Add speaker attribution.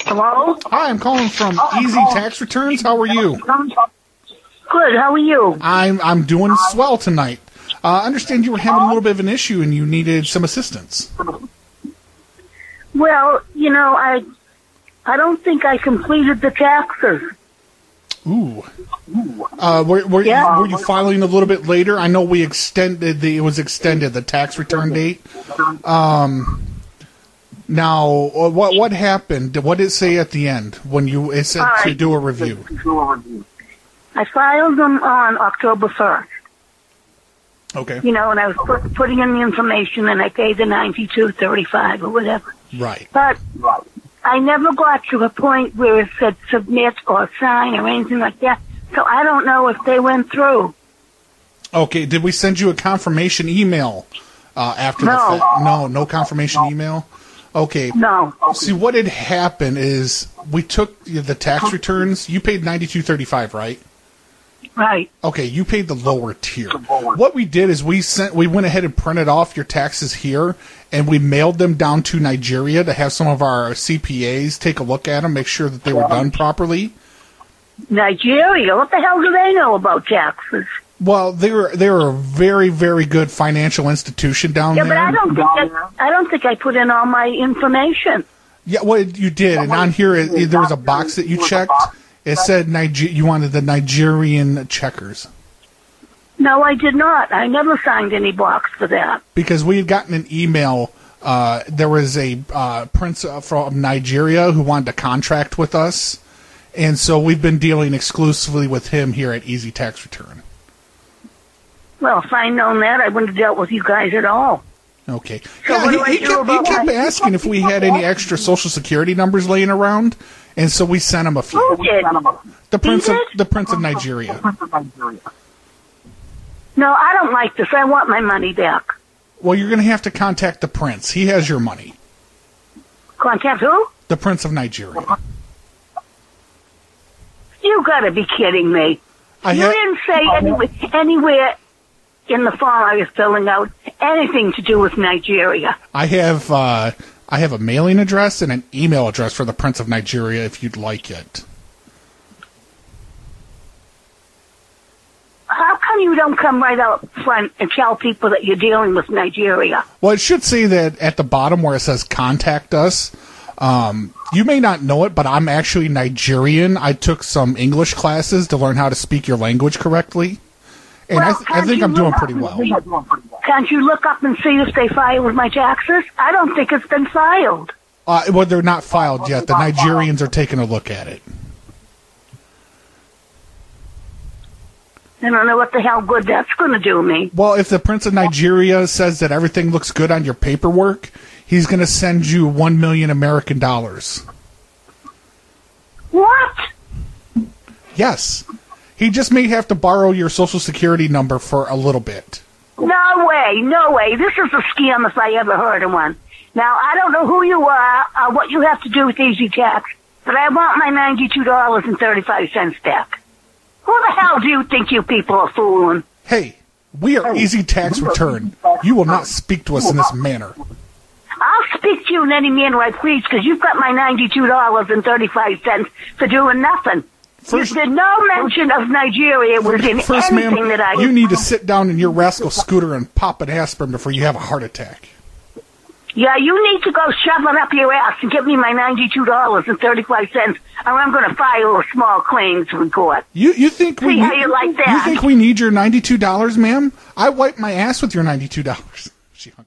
Speaker 1: Hello?
Speaker 2: Hi, I'm calling from
Speaker 1: Oh,
Speaker 2: Easy
Speaker 1: oh.
Speaker 2: Tax Returns. How are you?
Speaker 1: Good, how are you?
Speaker 2: I'm I'm doing swell tonight. Uh, I understand you were having a little bit of an issue and you needed some assistance.
Speaker 1: Well, you know, I I don't think I completed the taxes.
Speaker 2: Ooh. Uh, were, were,
Speaker 1: Yeah.
Speaker 2: you, were you filing a little bit later? I know we extended the it was extended the tax return date. Um, now, uh, what what happened? What did it say at the end when you it said
Speaker 1: All
Speaker 2: to
Speaker 1: right.
Speaker 2: do a review?
Speaker 1: I filed them on October 1st,
Speaker 2: Okay,
Speaker 1: you know, and I was put, putting in the information and I paid the 92.35 or whatever.
Speaker 2: right.
Speaker 1: But I never got to a point where it said submit or sign or anything like that. So I don't know if they went through.
Speaker 2: Okay, did we send you a confirmation email uh, after the
Speaker 1: No.
Speaker 2: fact? No, no confirmation email. Okay.
Speaker 1: No.
Speaker 2: See, what had happened is we took the tax returns. You paid ninety two thirty five, right?
Speaker 1: Right.
Speaker 2: Okay, you paid the lower tier. What we did is we sent, we went ahead and printed off your taxes here, and we mailed them down to Nigeria to have some of our CPAs take a look at them, make sure that they were done properly.
Speaker 1: Nigeria, what the hell do they know about taxes?
Speaker 2: Well, they were they were a very very good financial institution down
Speaker 1: Yeah,
Speaker 2: there.
Speaker 1: but I don't think I, I don't think I put in all my information.
Speaker 2: Yeah, well, you did, and on here it, it- there was a box that you checked. It said Niger- you wanted the Nigerian checkers
Speaker 1: No, I did not. I never signed any box for that.
Speaker 2: because we had gotten an email. Uh, there was a uh, prince uh, from Nigeria who wanted to contract with us, and so we've been dealing exclusively with him here at Easy Tax Return.
Speaker 1: Well, if I'd known that, I wouldn't have dealt with you guys at all.
Speaker 2: Okay.
Speaker 1: So what do
Speaker 2: Yeah,
Speaker 1: I
Speaker 2: he, he,
Speaker 1: do
Speaker 2: kept, he
Speaker 1: about
Speaker 2: kept
Speaker 1: that?
Speaker 2: asking if we had any extra social security numbers laying around, and so we sent him a
Speaker 1: Who
Speaker 2: few.
Speaker 1: did?
Speaker 2: The prince of
Speaker 1: Oh, did?
Speaker 2: the prince of Nigeria.
Speaker 1: No, I don't like this. I want my money back.
Speaker 2: Well, you're going to have to contact the prince. He has your money.
Speaker 1: Contact who?
Speaker 2: The prince of Nigeria.
Speaker 1: You gotta be kidding me.
Speaker 2: I
Speaker 1: you
Speaker 2: ha-
Speaker 1: didn't say anywhere, anywhere in the form I was filling out anything to do with Nigeria.
Speaker 2: I have uh, I have a mailing address and an email address for the prince of Nigeria if you'd like it.
Speaker 1: How come you don't come right out front and tell people that you're dealing with Nigeria?
Speaker 2: Well, it should say that at the bottom where it says contact us. Um, you may not know it, but I'm actually Nigerian. I took some English classes to learn how to speak your language correctly, and I,
Speaker 1: Well,
Speaker 2: th- I
Speaker 1: can't
Speaker 2: think
Speaker 1: you
Speaker 2: I'm doing
Speaker 1: look
Speaker 2: pretty
Speaker 1: up-
Speaker 2: well.
Speaker 1: Can't you look up and see if they filed my taxes? I don't think it's been filed.
Speaker 2: Uh, well, they're not filed yet. The Nigerians are taking a look at it.
Speaker 1: I don't know what the hell good that's going to do me.
Speaker 2: Well, if the Prince of Nigeria says that everything looks good on your paperwork, he's going to send you one million American dollars.
Speaker 1: What?
Speaker 2: Yes, he just may have to borrow your social security number for a little bit.
Speaker 1: No way, no way. This is a scam if I ever heard of one. Now, I don't know who you are or what you have to do with Easy Tax, but I want my $92.35 back. Who the hell do you think you people are fooling?
Speaker 2: Hey, we are Easy Tax Return. You will not speak to us in this manner.
Speaker 1: I'll speak to you in any manner I please because you've got my $92.35 for doing nothing.
Speaker 2: First,
Speaker 1: There's no mention of Nigeria was in
Speaker 2: first,
Speaker 1: anything
Speaker 2: ma'am,
Speaker 1: that I.
Speaker 2: you need to sit down in your rascal scooter and pop an aspirin before you have a heart attack.
Speaker 1: yeah, you need to go shoveling up your ass and give me my ninety-two dollars and thirty-five cents, or I'm going to file a small claims report.
Speaker 2: You you think we
Speaker 1: See how
Speaker 2: need-
Speaker 1: you like
Speaker 2: you
Speaker 1: that.
Speaker 2: think we need your ninety two dollars, ma'am? I wiped my ass with your ninety two dollars. She hung up.